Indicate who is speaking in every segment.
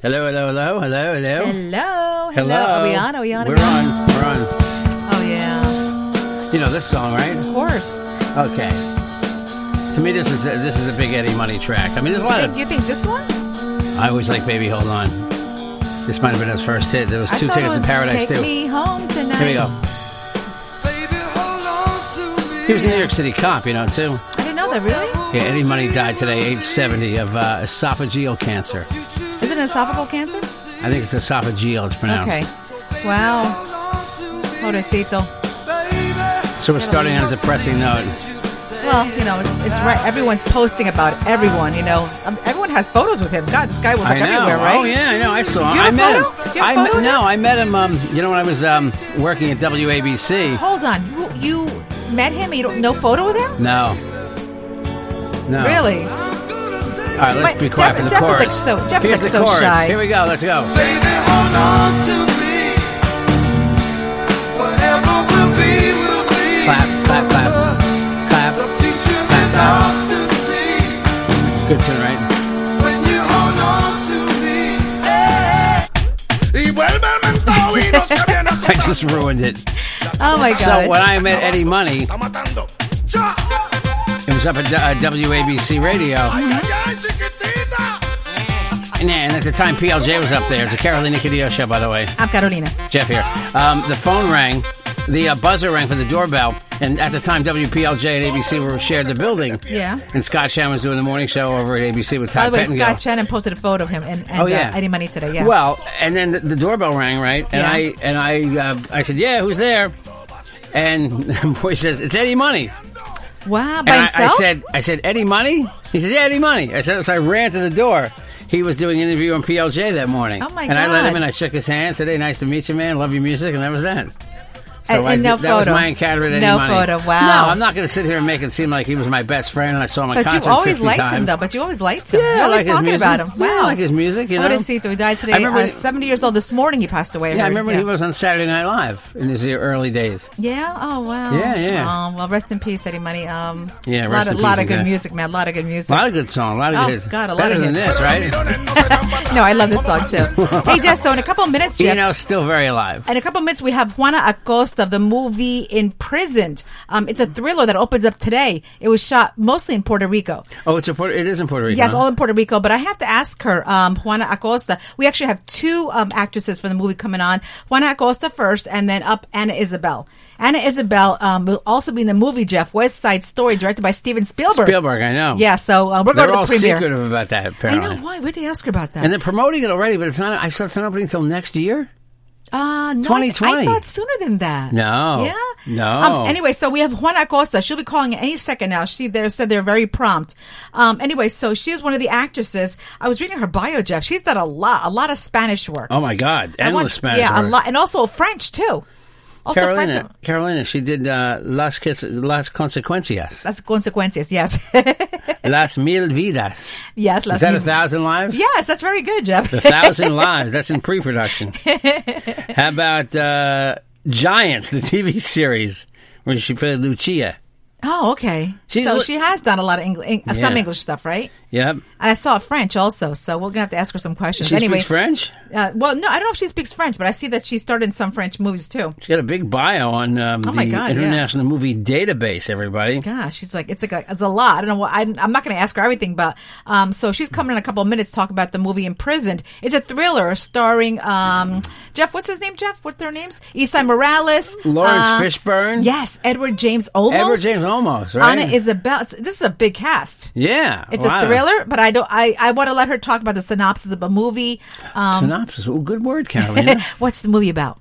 Speaker 1: Hello, hello, hello, hello, hello.
Speaker 2: Hello, hello. Are we on? Are we on?
Speaker 1: Oh. We're
Speaker 2: again?
Speaker 1: on. We're on.
Speaker 2: Oh yeah,
Speaker 1: You know this song, right?
Speaker 2: of course.
Speaker 1: Okay. To me, this is a, this is a big Eddie Money track. I mean, there's a lot
Speaker 2: Think-
Speaker 1: of.
Speaker 2: you think this one?
Speaker 1: I always like "Baby Hold On." This might have been his first hit. There was
Speaker 2: I
Speaker 1: two
Speaker 2: thought it
Speaker 1: tickets in
Speaker 2: was
Speaker 1: paradise
Speaker 2: Take
Speaker 1: too.
Speaker 2: me home tonight.
Speaker 1: Here we go. He was a New York City cop, you know, too.
Speaker 2: I didn't know that. Really?
Speaker 1: Yeah, Eddie Money died today, age 70, of uh, esophageal cancer.
Speaker 2: Is it esophageal cancer?
Speaker 1: I think it's esophageal, it's pronounced.
Speaker 2: Okay. Wow. Pobrecito.
Speaker 1: So we're starting on a depressing note.
Speaker 2: Well, you know, it's it's right. Everyone's posting about it. everyone. You know, um, everyone has photos with him. God, this guy was
Speaker 1: I
Speaker 2: like
Speaker 1: know.
Speaker 2: everywhere, right?
Speaker 1: Oh yeah, I know. I saw.
Speaker 2: Did you
Speaker 1: him.
Speaker 2: have
Speaker 1: I
Speaker 2: a
Speaker 1: met
Speaker 2: photo?
Speaker 1: him.
Speaker 2: Do you have a
Speaker 1: I
Speaker 2: photo
Speaker 1: met,
Speaker 2: of
Speaker 1: no, I met him. Um, you know when I was um, working at WABC.
Speaker 2: Hold on. You, you met him. And you don't no photo with him?
Speaker 1: No. No.
Speaker 2: Really?
Speaker 1: All right, let's
Speaker 2: But
Speaker 1: be quiet
Speaker 2: Jeff-
Speaker 1: for the
Speaker 2: Jeff is, like,
Speaker 1: chorus.
Speaker 2: so- Jeff is,
Speaker 1: Here's
Speaker 2: like,
Speaker 1: the
Speaker 2: so
Speaker 1: chorus.
Speaker 2: shy.
Speaker 1: Here we go. Let's go. Clap, clap, clap, clap. Good tune, right? I just ruined it.
Speaker 2: Oh my gosh.
Speaker 1: So when I met Eddie Money, it was up at uh, WABC Radio, and at the time PLJ was up there. It's a Carolina Cadillo show, by the way.
Speaker 2: I'm Carolina.
Speaker 1: Jeff here. Um, the phone rang, the uh, buzzer rang for the doorbell, and at the time WPLJ and ABC were shared the building.
Speaker 2: Yeah.
Speaker 1: And Scott Shannon was doing the morning show over at ABC with
Speaker 2: By
Speaker 1: Todd
Speaker 2: the way,
Speaker 1: Pettengill.
Speaker 2: Scott Shannon posted a photo of him and, and
Speaker 1: oh yeah,
Speaker 2: uh, Eddie Money today. Yeah.
Speaker 1: Well, and then the, the doorbell rang, right? And
Speaker 2: Yeah.
Speaker 1: I and I uh, I said, "Yeah, who's there?" And the boy says, "It's Eddie Money."
Speaker 2: wow.
Speaker 1: And
Speaker 2: By
Speaker 1: I, I
Speaker 2: himself.
Speaker 1: said, "I said Eddie Money." He says, "Yeah, Eddie Money." I said, so I ran to the door. He was doing an interview on PLJ that morning.
Speaker 2: Oh, my
Speaker 1: And I let
Speaker 2: God.
Speaker 1: him in. I shook his hand. Said, "Hey, nice to meet you, man. Love your music." And that was that. So
Speaker 2: And-
Speaker 1: I,
Speaker 2: and no
Speaker 1: that was
Speaker 2: photo.
Speaker 1: my encounter with Eddie
Speaker 2: No
Speaker 1: Money.
Speaker 2: photo. Wow.
Speaker 1: No, I'm not going to sit here and make it seem like he was my best friend and I saw him at
Speaker 2: But you
Speaker 1: concert
Speaker 2: always
Speaker 1: 50
Speaker 2: liked him,
Speaker 1: times.
Speaker 2: though. But you always liked him.
Speaker 1: Yeah,
Speaker 2: You're
Speaker 1: I
Speaker 2: always
Speaker 1: like his
Speaker 2: talking
Speaker 1: music.
Speaker 2: about him. Wow.
Speaker 1: Yeah, I like his music, you know?
Speaker 2: Pobrecito, he died today.
Speaker 1: I remember-
Speaker 2: uh, 70 years old this morning. He passed away.
Speaker 1: Yeah, I remember
Speaker 2: yeah.
Speaker 1: he was on Saturday Night Live in his early days.
Speaker 2: Yeah. Oh wow.
Speaker 1: Yeah, yeah.
Speaker 2: Um, well, rest in peace, Eddie Money. Um,
Speaker 1: Yeah,
Speaker 2: lot
Speaker 1: rest
Speaker 2: of,
Speaker 1: in peace,
Speaker 2: lot of
Speaker 1: you
Speaker 2: good
Speaker 1: guys.
Speaker 2: music, man. A lot of good music.
Speaker 1: A lot of good songs, a lot of
Speaker 2: Oh,
Speaker 1: good hits.
Speaker 2: God, a lot
Speaker 1: Better
Speaker 2: of
Speaker 1: than
Speaker 2: hits.
Speaker 1: this, right?
Speaker 2: no, I love this song too. hey, Jeff. So in a couple of minutes, Jeff.
Speaker 1: you know, still very alive.
Speaker 2: in a couple of minutes, we have Juana Acosta of the movie Imprisoned. Um, it's a thriller that opens up today. It was shot mostly in Puerto Rico.
Speaker 1: Oh, it's a Puerto, it is in Puerto Rico.
Speaker 2: Yes,
Speaker 1: huh?
Speaker 2: all in Puerto Rico. But I have to ask her, um, Juana Acosta. We actually have two um, actresses for the movie coming on. Juana Acosta first, and then up Anna Isabel. Anna Isabel um, will also be in the movie Jeff West Side Story, directed by Steven Spielberg.
Speaker 1: Spielberg, I know.
Speaker 2: Yeah, so uh, we're
Speaker 1: They're
Speaker 2: going to
Speaker 1: all
Speaker 2: the premiere.
Speaker 1: secretive about that,
Speaker 2: I
Speaker 1: apparently.
Speaker 2: know why. We have to ask her about that.
Speaker 1: And they're promoting it already, but it's not. I saw it's not opening until next year.
Speaker 2: Uh, no, I-
Speaker 1: 2020.
Speaker 2: I thought sooner than that.
Speaker 1: No.
Speaker 2: Yeah.
Speaker 1: No.
Speaker 2: Um, anyway, so we have Juana Acosta. She'll be calling any second now. She there said they're very prompt. Um, anyway, so she is one of the actresses. I was reading her bio, Jeff. She's done a lot, a lot of Spanish work.
Speaker 1: Oh my God!
Speaker 2: I
Speaker 1: Endless
Speaker 2: want-
Speaker 1: Spanish.
Speaker 2: Yeah, a
Speaker 1: word.
Speaker 2: lot, and also French too. Also
Speaker 1: Carolina,
Speaker 2: French.
Speaker 1: Carolina, she did uh, Las Quis- Las Consecuencias,
Speaker 2: That's consequences. Yes.
Speaker 1: Las Mil Vidas.
Speaker 2: yes.
Speaker 1: Is
Speaker 2: let
Speaker 1: that
Speaker 2: me-
Speaker 1: a thousand lives?
Speaker 2: Yes, that's very good, Jeff.
Speaker 1: a thousand lives. That's in pre-production. How about uh, Giants, the TV series where she played Lucia?
Speaker 2: Oh, okay.
Speaker 1: She's
Speaker 2: so
Speaker 1: li-
Speaker 2: she has done a lot of English, some
Speaker 1: Yeah.
Speaker 2: English stuff, right?
Speaker 1: Yep.
Speaker 2: And I saw French also, so we're gonna have to ask her some questions.
Speaker 1: She
Speaker 2: anyway,
Speaker 1: speaks French.
Speaker 2: Uh, well, no, I don't know if she speaks French, but I see that she starred in some French movies too.
Speaker 1: She got a big bio on um,
Speaker 2: Oh
Speaker 1: the
Speaker 2: my God, yeah.
Speaker 1: International Movie Database. Everybody.
Speaker 2: Gosh, she's like it's like a, it's a lot. I don't know. What, I, I'm not going to ask her everything, but um, so she's coming in a couple of minutes to talk about the movie Imprisoned. It's a thriller starring um, Jeff. What's his name? Jeff. What's their names? Isai Morales,
Speaker 1: Lawrence
Speaker 2: uh,
Speaker 1: Fishburne.
Speaker 2: Yes, Edward James Olmos.
Speaker 1: Edward James Olmos, right?
Speaker 2: Anna Isabel. it's- This is a big cast.
Speaker 1: Yeah.
Speaker 2: It's
Speaker 1: wow.
Speaker 2: a thriller, but I don't. I, I want to let her talk about the synopsis of a movie. Um,
Speaker 1: Synopsis. Oh, good word, Carolina.
Speaker 2: what's the movie about?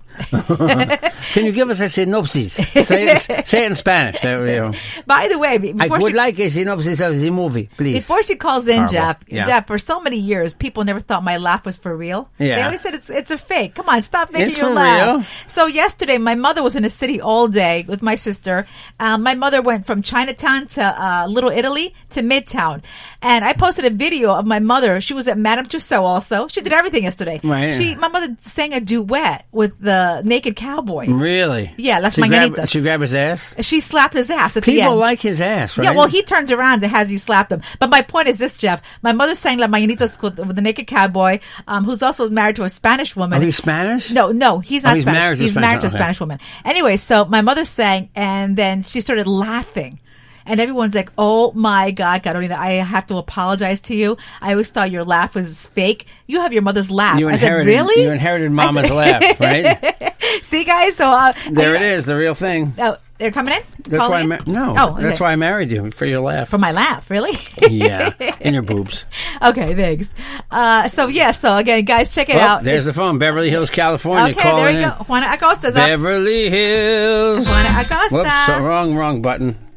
Speaker 1: Can you give us a synopsis? Say it, say it in Spanish. There we go.
Speaker 2: By the way, be-
Speaker 1: I
Speaker 2: before
Speaker 1: would
Speaker 2: she,
Speaker 1: like a synopsis of the movie, please.
Speaker 2: Before she calls in,
Speaker 1: Horrible.
Speaker 2: Jeff,
Speaker 1: Yeah.
Speaker 2: Jeff, for so many years, people never thought my laugh was for real. They
Speaker 1: Yeah.
Speaker 2: always said it's it's a fake. Come on, stop making
Speaker 1: It's
Speaker 2: your
Speaker 1: for
Speaker 2: laugh.
Speaker 1: real.
Speaker 2: So yesterday, my mother was in the city all day with my sister. Um, my mother went from Chinatown to uh, Little Italy to Midtown, and I posted a video of my mother. She was at Madame Tussauds also. She did everything yesterday.
Speaker 1: Right.
Speaker 2: She, my mother, sang a duet with the naked cowboy.
Speaker 1: Mm. really?
Speaker 2: Yeah, las
Speaker 1: she grab-
Speaker 2: mañanitas.
Speaker 1: she grab his ass.
Speaker 2: She slapped his ass at the
Speaker 1: People
Speaker 2: end.
Speaker 1: like his ass, right?
Speaker 2: Yeah, well, he turns around and has you slap him. But my point is this, Jeff. My mother sang La Mañanita with, with the naked cowboy, um, who's also married to a Spanish woman.
Speaker 1: Are you Spanish?
Speaker 2: No, no, he's not
Speaker 1: he's
Speaker 2: Spanish.
Speaker 1: married to a
Speaker 2: he's
Speaker 1: Spanish
Speaker 2: married to
Speaker 1: woman,
Speaker 2: a
Speaker 1: okay.
Speaker 2: Spanish woman. Anyway, so my mother sang, and then she started laughing. And everyone's like, oh my God, Carolina, I have to apologize to you. I always thought your laugh was fake. You have your mother's laugh.
Speaker 1: You
Speaker 2: I said,
Speaker 1: inherited.
Speaker 2: really?
Speaker 1: You inherited
Speaker 2: I said-
Speaker 1: Mama's laugh, right?
Speaker 2: See, guys? So uh,
Speaker 1: There
Speaker 2: I-
Speaker 1: it is, the real thing.
Speaker 2: Oh, they're coming in?
Speaker 1: That's
Speaker 2: Calling
Speaker 1: why. I ma-
Speaker 2: in?
Speaker 1: no.
Speaker 2: Oh, okay.
Speaker 1: That's why I married you for your laugh.
Speaker 2: For my laugh, really?
Speaker 1: yeah, and your boobs.
Speaker 2: Okay, thanks. Uh, so yeah, so again, guys, check it
Speaker 1: Well,
Speaker 2: out.
Speaker 1: there's the
Speaker 2: It's-
Speaker 1: phone. Beverly Hills, California.
Speaker 2: okay, there
Speaker 1: calling
Speaker 2: you
Speaker 1: in.
Speaker 2: go. Juana Acosta's up.
Speaker 1: Beverly Hills.
Speaker 2: Juana Acosta.
Speaker 1: Whoops, so- wrong, wrong button.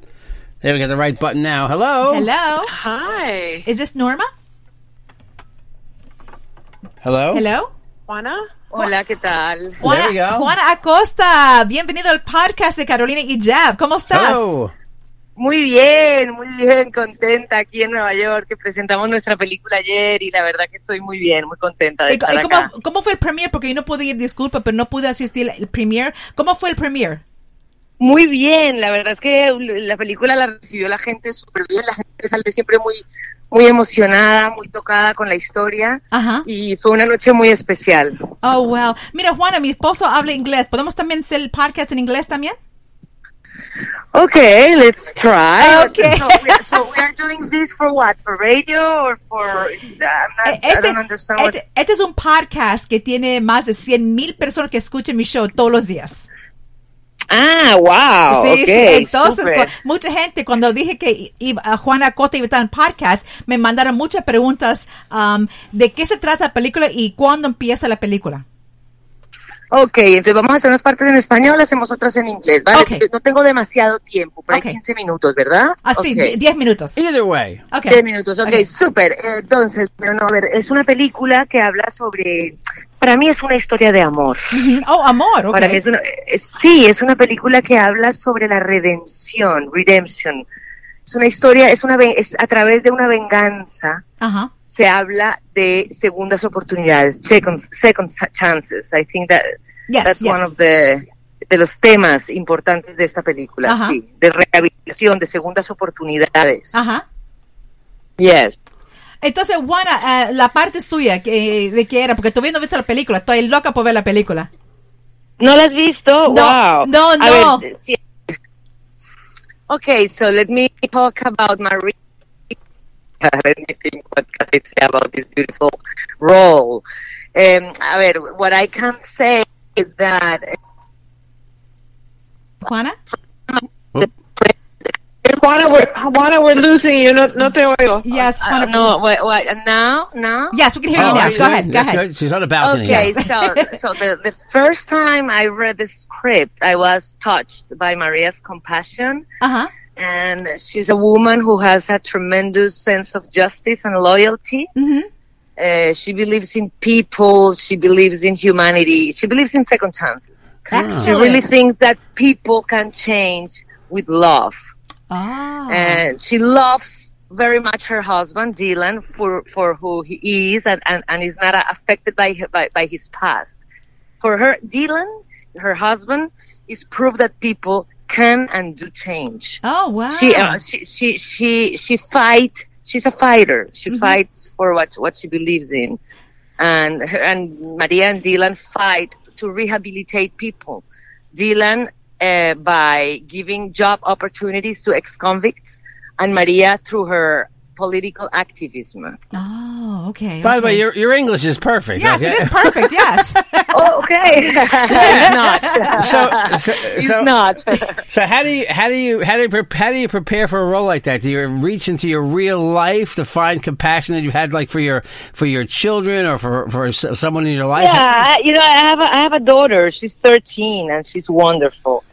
Speaker 1: There we got the right button now. Hello.
Speaker 2: Hello,
Speaker 3: Hi,
Speaker 2: is this Norma?
Speaker 1: Hello.
Speaker 2: Hello,
Speaker 3: Juana. Hola, ¿qué tal?
Speaker 2: Juana,
Speaker 1: Oh, we go.
Speaker 2: Juana Acosta. Bienvenido al podcast de Carolina y Jeff. ¿Cómo estás?
Speaker 1: Hello.
Speaker 3: Muy bien, muy bien, contenta aquí en Nueva York, que presentamos nuestra película ayer y la verdad que estoy muy bien, muy contenta de
Speaker 2: ¿Y,
Speaker 3: estar
Speaker 2: y cómo,
Speaker 3: acá.
Speaker 2: cómo fue el premier? Porque yo no pude ir, disculpa, pero no pude asistir al premier. ¿Cómo fue el premier?
Speaker 3: Muy bien, la verdad es que la película la recibió la gente súper bien, la gente sale siempre muy, muy emocionada, muy tocada con la historia
Speaker 2: Ajá.
Speaker 3: y fue una noche muy especial.
Speaker 2: Oh, wow. Mira, Juana, mi esposo habla inglés. ¿Podemos también hacer el podcast en inglés también?
Speaker 3: Ok, let's try.
Speaker 2: Okay.
Speaker 3: So we, are, so we are doing this for what? For radio or for? I'm not, I
Speaker 2: Este,
Speaker 3: don't understand what-
Speaker 2: este- este es un podcast que tiene más de 100 mil personas que escuchan mi show todos los días.
Speaker 3: Ah, wow.
Speaker 2: Sí,
Speaker 3: ok,
Speaker 2: sí. Entonces,
Speaker 3: súper.
Speaker 2: pues, mucha gente, cuando dije que iba, a Juana Costa iba a estar en podcast, me mandaron muchas preguntas um, de qué se trata la película y cuándo empieza la película.
Speaker 3: Ok, entonces vamos a hacer unas partes en español, hacemos otras en inglés, ¿vale?
Speaker 2: Ok.
Speaker 3: No tengo demasiado tiempo, pero
Speaker 2: Ok.
Speaker 3: hay 15 minutos, ¿verdad?
Speaker 2: Así,
Speaker 3: Ok.
Speaker 2: 10 minutos.
Speaker 1: Either way.
Speaker 2: Okay.
Speaker 3: 10 minutos, ok,
Speaker 2: Ok.
Speaker 3: súper. Eh, Entonces, pero no, a ver, es una película que habla sobre... Para mí es una historia de amor.
Speaker 2: Ujú. Oh, amor, ok.
Speaker 3: Para mí es una, eh, sí, es una película que habla sobre la redención, redemption. Es una historia, es una ve- es a través de una venganza
Speaker 2: Ajá.
Speaker 3: se habla de segundas oportunidades, second, second chances. I think that
Speaker 2: Yes,
Speaker 3: that's
Speaker 2: yes.
Speaker 3: one of the de los temas importantes de esta película,
Speaker 2: Ajá.
Speaker 3: sí, de rehabilitación, de segundas oportunidades.
Speaker 2: Ajá.
Speaker 3: Yes.
Speaker 2: Entonces, Juana, eh, la parte suya, que, ¿de qué era? Porque todavía no he visto la película. Estoy loca por ver la película.
Speaker 3: ¿No la has visto?
Speaker 2: No,
Speaker 3: wow.
Speaker 2: no,
Speaker 3: A
Speaker 2: no.
Speaker 3: ver, eh, sí. Okay, so let me talk about my re- let me think what can I say about this beautiful role. Um, a ver, what I can say is that eh,
Speaker 2: Juana.
Speaker 4: Juana, we're, Juana, we're losing you. No, no te oigo.
Speaker 2: Yes,
Speaker 3: I
Speaker 2: Juana.
Speaker 3: don't know what, what now now
Speaker 2: Yes, we can hear you
Speaker 1: Oh,
Speaker 2: now.
Speaker 1: that's
Speaker 2: Go
Speaker 1: good.
Speaker 2: ahead. Go
Speaker 1: That's
Speaker 2: ahead.
Speaker 1: good. She's on the balcony.
Speaker 3: okay
Speaker 1: yes.
Speaker 3: so so the, the first time i read the script i was touched by maria's compassion
Speaker 2: Ajá.
Speaker 3: and she's a woman who has a tremendous sense of justice and loyalty uh, she believes in people she believes in humanity she believes in second chances she
Speaker 2: Excellent.
Speaker 3: really thinks that people can change with love
Speaker 2: Ah.
Speaker 3: and she loves very much her husband Dylan for for who he is and and, and is not affected by, hi- by by his past. For her, Dylan, her husband, is proof that people can and do change.
Speaker 2: Oh, wow.
Speaker 3: She, uh, she she she she fight. She's a fighter. She fights for what what she believes in, and her, and Maria and Dylan fight to rehabilitate people. Dylan uh, by giving job opportunities to ex-convicts, and Maria through her political activism.
Speaker 2: oh, okay.
Speaker 1: By the
Speaker 2: okay.
Speaker 1: way, your, your English is perfect.
Speaker 2: Yes,
Speaker 1: okay?
Speaker 2: it is perfect. Yes.
Speaker 3: oh, okay. it's not.
Speaker 1: so, so,
Speaker 3: It's
Speaker 1: so,
Speaker 3: not.
Speaker 1: so how do you how do you how do you pre- how do you prepare for a role like that? Do you reach into your real life to find compassion that you've had, like for your for your children or for for s- someone in your life?
Speaker 3: yeah, I- you know, I have a, I have a daughter. She's 13 and she's wonderful.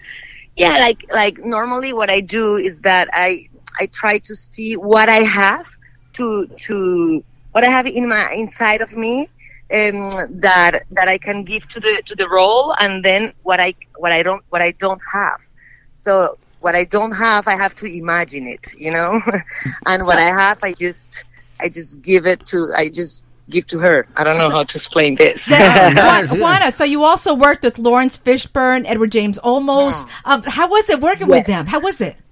Speaker 3: Yeah, like like normally what I do is that I I try to see what I have to to what I have in my inside of me um, that that I can give to the to the role, and then what I what I don't what I don't have. So what I don't have, I have to imagine it, you know, and what I have, I just I just give it to I just give to her. I don't know how to explain this.
Speaker 2: Uh,
Speaker 1: Yes,
Speaker 2: Juan-
Speaker 1: yes.
Speaker 2: Juana, so you also worked with Lawrence Fishburne, Edward James Olmos. Um, how was it working with them? How was it?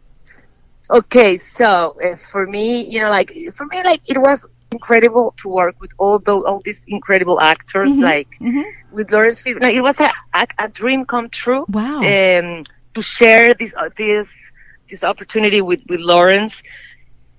Speaker 3: Okay, so uh, for me, you know, like for me, like it was incredible to work with all those all these incredible actors,
Speaker 2: Mm-hmm.
Speaker 3: like with Lawrence Fishburne. Like, it was a, a a dream come true.
Speaker 2: Wow.
Speaker 3: Um, to share this uh, this this opportunity with with Lawrence,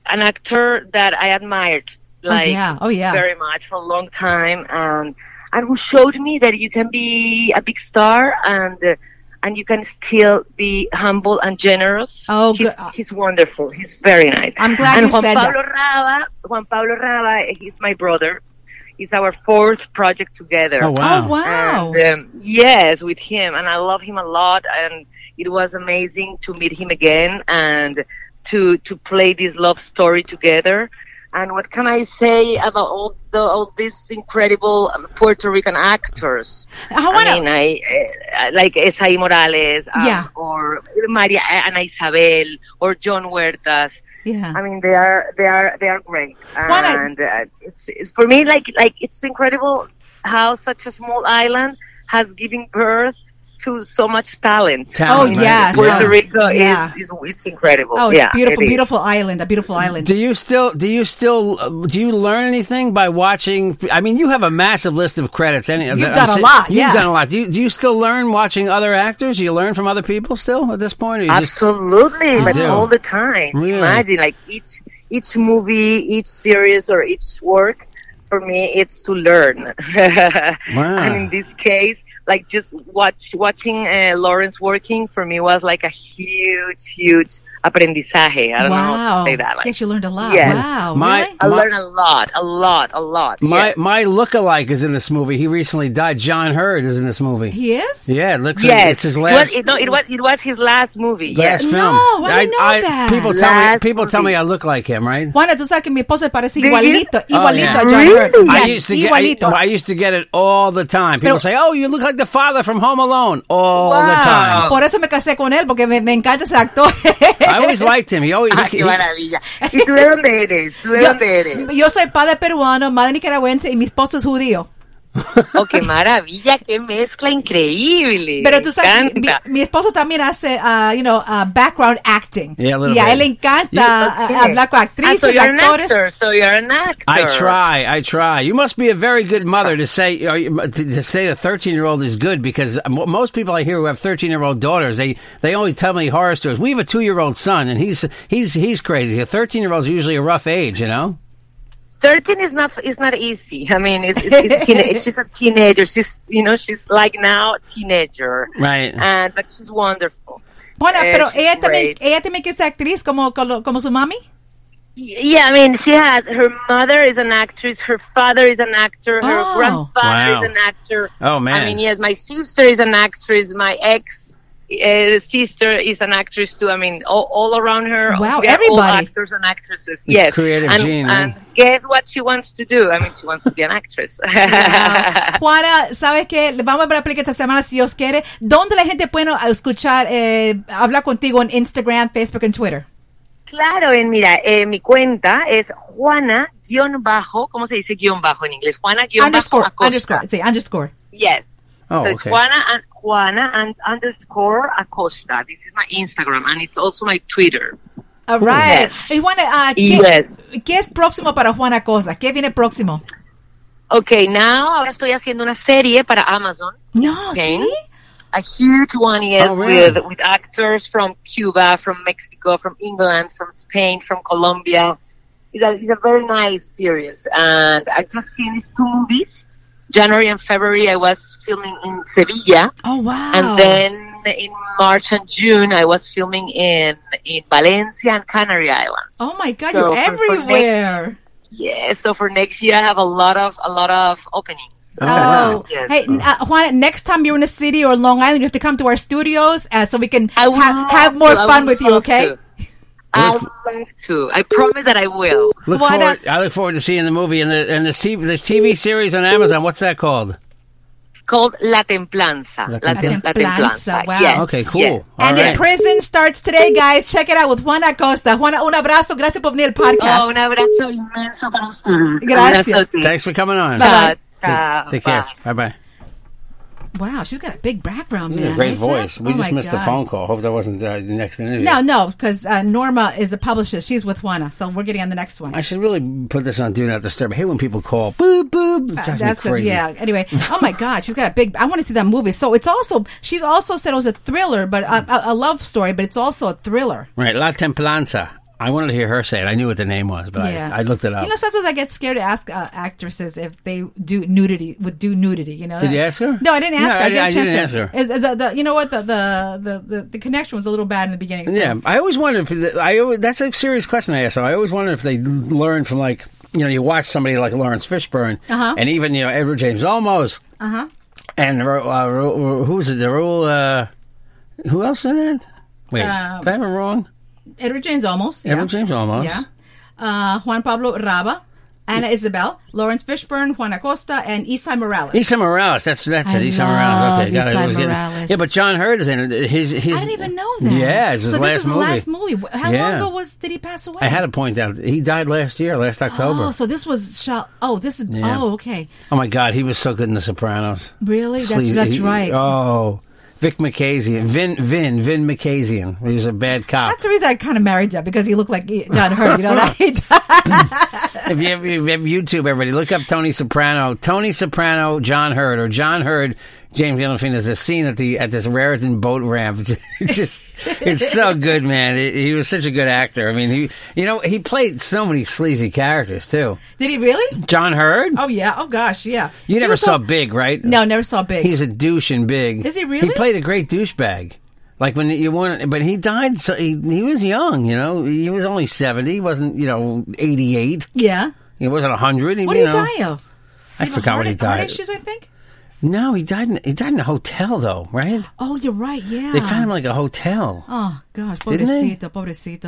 Speaker 3: an actor that I admired, like
Speaker 2: yeah. Oh, yeah.
Speaker 3: very much for a long time, and and who showed me that you can be a big star and. Uh, and you can still be humble and generous.
Speaker 2: Oh,
Speaker 3: he's,
Speaker 2: good.
Speaker 3: he's wonderful. He's very nice.
Speaker 2: I'm glad
Speaker 3: and
Speaker 2: you
Speaker 3: Juan
Speaker 2: said that.
Speaker 3: Pablo Raba, Juan Pablo Raba, he's my brother. It's our fourth project together.
Speaker 1: Oh wow!
Speaker 2: Oh, wow.
Speaker 3: And, um, yes, with him, and I love him a lot. And it was amazing to meet him again and to to play this love story together. And what can I say about all the, all these incredible um, Puerto Rican actors?
Speaker 2: I wanna-
Speaker 3: mean, I, uh, like Esai Morales, um,
Speaker 2: Yeah.
Speaker 3: or Maria eh, Ana Isabel, or John Huertas.
Speaker 2: Yeah.
Speaker 3: I mean, they are they are they are great,
Speaker 2: Juana-
Speaker 3: and uh, it's, it's for me like like it's incredible how such a small island has given birth to so much talent.
Speaker 2: oh,
Speaker 1: Talent, right?
Speaker 2: yes.
Speaker 3: Puerto
Speaker 2: Oh,
Speaker 3: Rico
Speaker 2: yeah.
Speaker 3: is, is it's incredible.
Speaker 2: Oh, it's
Speaker 3: Yeah,
Speaker 2: beautiful,
Speaker 3: it is.
Speaker 2: beautiful island, a beautiful island.
Speaker 1: Do you still do you still uh, do you learn anything by watching? I mean, you have a massive list of credits. Any,
Speaker 2: You've done a lot,
Speaker 1: You've
Speaker 2: yeah.
Speaker 1: done a lot. Do you, do you still learn watching other actors? Do you learn from other people still at this point? Or you just,
Speaker 3: Absolutely, but
Speaker 1: do.
Speaker 3: all the time.
Speaker 1: Really?
Speaker 3: Imagine like each each movie, each series, or each work. For me, it's to learn. And in this case, like just watch watching uh, Lawrence working for me was like a huge, huge aprendizaje. I don't know how
Speaker 2: wow.
Speaker 3: to say that. Like,
Speaker 2: yes, you learned a lot.
Speaker 3: Yes.
Speaker 2: Wow.
Speaker 1: My-
Speaker 2: really?
Speaker 3: I
Speaker 1: My-
Speaker 3: learned a lot, a lot, a lot.
Speaker 1: my
Speaker 3: yes.
Speaker 1: my lookalike is in this movie. He recently died. John Hurd is in this movie.
Speaker 2: He is?
Speaker 1: yeah, it looks like
Speaker 3: Yes.
Speaker 1: it's his
Speaker 3: It
Speaker 1: last.
Speaker 3: was- it- no, it was it was his last movie.
Speaker 1: last
Speaker 3: yes.
Speaker 1: film.
Speaker 2: No, I didn't know that.
Speaker 1: People tell me.
Speaker 3: Last
Speaker 1: People tell me
Speaker 3: movie.
Speaker 1: I look like him, right?
Speaker 2: Juana, tú sabes que mi esposo se parece
Speaker 3: Did you?
Speaker 2: igualito,
Speaker 1: Oh,
Speaker 2: igualito
Speaker 1: yeah.
Speaker 2: a John
Speaker 3: Really?
Speaker 2: Hurd.
Speaker 1: I
Speaker 2: Yes,
Speaker 1: used to get. I,
Speaker 2: igualito.
Speaker 1: I used to get it all the time. People
Speaker 2: Pero-
Speaker 1: say, "Oh, you look like the father from Home Alone," all the
Speaker 3: Wow.
Speaker 1: time.
Speaker 2: Por eso me casé con él, porque me, me encanta ese actor.
Speaker 1: I always liked him. He always.
Speaker 3: Ah,
Speaker 1: he-
Speaker 3: qué
Speaker 1: he-
Speaker 3: maravilla. ¿Y tú de dónde eres? ¿Tú de dónde eres?
Speaker 2: yo, yo soy padre peruano, madre nicaragüense y mi esposo es judío.
Speaker 3: Oh, qué maravilla, qué mezcla increíble.
Speaker 2: Pero
Speaker 3: Me
Speaker 2: tú sabes, mi,
Speaker 3: encanta.
Speaker 2: mi esposo también hace, ah, you know, ah, background acting.
Speaker 1: Yeah, a little
Speaker 2: y a
Speaker 1: bit.
Speaker 2: él le encanta ah,
Speaker 3: Okay.
Speaker 2: hablar con
Speaker 3: Ah, so
Speaker 2: actrices,
Speaker 3: you're an
Speaker 2: actores.
Speaker 3: actor. So you're an actor.
Speaker 1: I try, I try. You must be a very good mother to say or you- to say a thirteen year old is good because m- most people I hear who have thirteen year old daughters they they only tell me horror stories. We have a two year old son and he's he's he's crazy. A thirteen year old is usually a rough age, you know.
Speaker 3: Thirteen is not is not easy. I mean, it's, it's, it's teen- she's a teenager. She's you know she's like now teenager.
Speaker 1: Right.
Speaker 3: And but she's wonderful.
Speaker 2: Juana,
Speaker 3: Eh,
Speaker 2: pero
Speaker 3: she's
Speaker 2: ella también,
Speaker 3: great.
Speaker 2: ella también quiere ser actriz como, como, como su mami.
Speaker 3: Yeah, I mean, she has. Her mother is an actress. Her father is an actor. Her
Speaker 2: Oh.
Speaker 3: grandfather
Speaker 1: Wow.
Speaker 3: is an actor.
Speaker 1: Oh, man.
Speaker 3: I mean, yes, my sister is an actress. My ex uh, sister is an actress too. I mean, all, all around her.
Speaker 2: Wow,
Speaker 3: we are all
Speaker 2: everybody.
Speaker 3: actors and actresses. Yes,
Speaker 1: creative
Speaker 3: and,
Speaker 1: gene,
Speaker 3: And
Speaker 1: huh?
Speaker 3: guess what she wants to do? I mean, she wants to be an actress.
Speaker 2: Wow. Ah, Juana, ¿sabes qué? Le Vamos a ver la película esta semana si Dios quiere. ¿Dónde la gente puede uh, escuchar, eh, hablar contigo en Instagram, Facebook y Twitter?
Speaker 3: Claro, en, mira, eh, mi cuenta es Juana guión bajo, ¿cómo se dice guión bajo en inglés? Juana guión bajo
Speaker 2: Underscore,
Speaker 3: Acosta.
Speaker 2: underscore, sí, underscore.
Speaker 3: Yes.
Speaker 1: Oh,
Speaker 3: so it's
Speaker 1: okay.
Speaker 3: Juana and Juana and underscore Acosta. This is my Instagram and it's also my Twitter.
Speaker 2: All right.
Speaker 3: Yes.
Speaker 2: Y Juana, ah, ¿qué,
Speaker 3: Yes.
Speaker 2: ¿qué es próximo para Juana Cosa? ¿Qué viene próximo?
Speaker 3: Ok, now ahora estoy haciendo una serie para Amazon.
Speaker 2: No,
Speaker 3: Okay.
Speaker 2: ¿sí?
Speaker 3: A huge one, yes,
Speaker 1: Oh, really?
Speaker 3: with, with actors from Cuba, from Mexico, from England, from Spain, from Colombia. It's a, it's a very nice series. And I just finished two movies. January and February, I was filming in Sevilla.
Speaker 2: Oh, wow.
Speaker 3: And then in March and June, I was filming in, in Valencia and Canary Islands.
Speaker 2: Oh my God,
Speaker 3: So,
Speaker 2: you're
Speaker 3: for- for next-
Speaker 2: everywhere.
Speaker 3: Yeah, so for next year, I have a lot of a lot of openings.
Speaker 1: Oh,
Speaker 2: Oh,
Speaker 1: wow.
Speaker 3: Yes.
Speaker 2: hey, n- uh, Juana, next time you're in a city or Long Island, you have to come to our studios uh, so we can
Speaker 3: I would
Speaker 2: ha-
Speaker 3: love
Speaker 2: have more
Speaker 3: to. I
Speaker 2: fun
Speaker 3: would
Speaker 2: with you,
Speaker 3: love
Speaker 2: okay?
Speaker 3: to. I would love to. I promise that I will.
Speaker 1: Look
Speaker 2: Why
Speaker 1: forward, I look forward to seeing the movie and the and the, C, the TV series on Amazon. What's that called?
Speaker 3: Called La Templanza.
Speaker 1: La Ah,
Speaker 3: La, Tem- La
Speaker 2: Templanza,
Speaker 3: Templanza.
Speaker 2: wow.
Speaker 3: Yes,
Speaker 1: Okay, cool.
Speaker 3: yes.
Speaker 1: All
Speaker 2: and
Speaker 1: right.
Speaker 2: in prison starts today, guys. Check it out with Juana Costa. Juana, un abrazo. Gracias por venir al podcast.
Speaker 3: Oh, un abrazo inmenso para ustedes.
Speaker 2: Gracias.
Speaker 3: Un abrazote.
Speaker 1: Thanks for coming on.
Speaker 2: Bye.
Speaker 3: Chao,
Speaker 1: Take,
Speaker 3: chao.
Speaker 1: take care. Bye
Speaker 3: Bye.
Speaker 1: bye.
Speaker 2: Wow, she's got a big background. man.
Speaker 1: Great
Speaker 2: Right,
Speaker 1: voice.
Speaker 2: Jack?
Speaker 1: We
Speaker 2: Oh
Speaker 1: just
Speaker 2: my
Speaker 1: missed the
Speaker 2: God.
Speaker 1: phone call. Hope that wasn't uh, the next interview.
Speaker 2: No, no, because uh, Norma is the publisher. She's with Juana, so we're getting on the next one.
Speaker 1: I should really put this on Do Not Disturb. I hate when people call. Boop, boop. It
Speaker 2: Uh,
Speaker 1: drives me
Speaker 2: that's good.
Speaker 1: crazy.
Speaker 2: Yeah. Anyway, oh my God, she's got a big. I want to see that movie. So it's also she's also said it was a thriller, but a, a- a love story, but it's also a thriller.
Speaker 1: Right. La Templanza. I wanted to hear her say it. I knew what the name was, but
Speaker 2: yeah,
Speaker 1: I, I looked it up.
Speaker 2: You know, sometimes I get scared to ask uh, actresses if they do nudity would do nudity. You know,
Speaker 1: Did you ask her?
Speaker 2: No, I didn't ask.
Speaker 1: No,
Speaker 2: her. I,
Speaker 1: I-
Speaker 2: didn't,
Speaker 1: I didn't ask her.
Speaker 2: the, the, you know what? The the, the the the connection was a little bad in the beginning. So.
Speaker 1: Yeah, I always wonder if the- I. always- That's a serious question I ask. them. I always wonder if they learn from like you know you watch somebody like Lawrence Fishburne
Speaker 2: Uh-huh.
Speaker 1: and even you know Edward James Olmos
Speaker 2: Uh huh.
Speaker 1: and uh, Ro- who's it? The rule. Uh, who else in that? Wait,
Speaker 2: Um,
Speaker 1: did I have it wrong?
Speaker 2: Edward James almost. yeah.
Speaker 1: Edward James Olmos.
Speaker 2: Yeah. Uh, Juan Pablo Raba, Ana Isabel, Lawrence Fishburne, Juan Acosta, and Isai Morales.
Speaker 1: Issa Morales, that's that's
Speaker 2: I
Speaker 1: it. Issa
Speaker 2: love
Speaker 1: Morales. Okay, got it.
Speaker 2: Issa
Speaker 1: It was getting-
Speaker 2: Morales.
Speaker 1: Yeah, but John Hurd is in it. His, his,
Speaker 2: I didn't even know that.
Speaker 1: Yeah, it's his
Speaker 2: so
Speaker 1: last
Speaker 2: this is the
Speaker 1: movie.
Speaker 2: last movie. How long
Speaker 1: Yeah.
Speaker 2: ago was did he pass away?
Speaker 1: I had to point out he died last year, last October.
Speaker 2: Oh, so this was shot. Oh, this is.
Speaker 1: Yeah.
Speaker 2: Oh, okay.
Speaker 1: Oh my God, he was so good in The Sopranos.
Speaker 2: Really? That's
Speaker 1: Sleazy-
Speaker 2: that's
Speaker 1: he-
Speaker 2: right.
Speaker 1: Oh, Vic McCazian, Vin, Vin, Vin McCazian. He was a bad cop.
Speaker 2: That's the reason I kind of married you because he looked like he- John Hurt. You know that.
Speaker 1: if, you have, if you have YouTube, everybody look up Tony Soprano, Tony Soprano, John Hurd, or John Hurd, James Gandolfini. There's a scene at the at this Raritan boat ramp. It's Just, it's so good, man. He he was such a good actor. I mean, he, you know, he played so many sleazy characters too.
Speaker 2: Did he really?
Speaker 1: John Hurd.
Speaker 2: Oh yeah. Oh gosh. Yeah.
Speaker 1: you
Speaker 2: He
Speaker 1: never
Speaker 2: was
Speaker 1: saw
Speaker 2: also-
Speaker 1: Big, right?
Speaker 2: No, never saw Big.
Speaker 1: He's a douche in Big.
Speaker 2: Is he really?
Speaker 1: He played a great douchebag. Like when you want, but he died. So he, he was young, you know. He was only seventy. He wasn't you know eighty eight.
Speaker 2: yeah.
Speaker 1: He wasn't hundred.
Speaker 2: What
Speaker 1: you
Speaker 2: did he
Speaker 1: know.
Speaker 2: die of?
Speaker 1: I
Speaker 2: He had
Speaker 1: forgot
Speaker 2: heart-
Speaker 1: what he
Speaker 2: heart
Speaker 1: died.
Speaker 2: issues, I think.
Speaker 1: No, he died. In, he died in a hotel though, right?
Speaker 2: Oh, you're right. Yeah.
Speaker 1: They found him like a hotel.
Speaker 2: Oh gosh,
Speaker 1: Didn't they?
Speaker 2: pobrecito,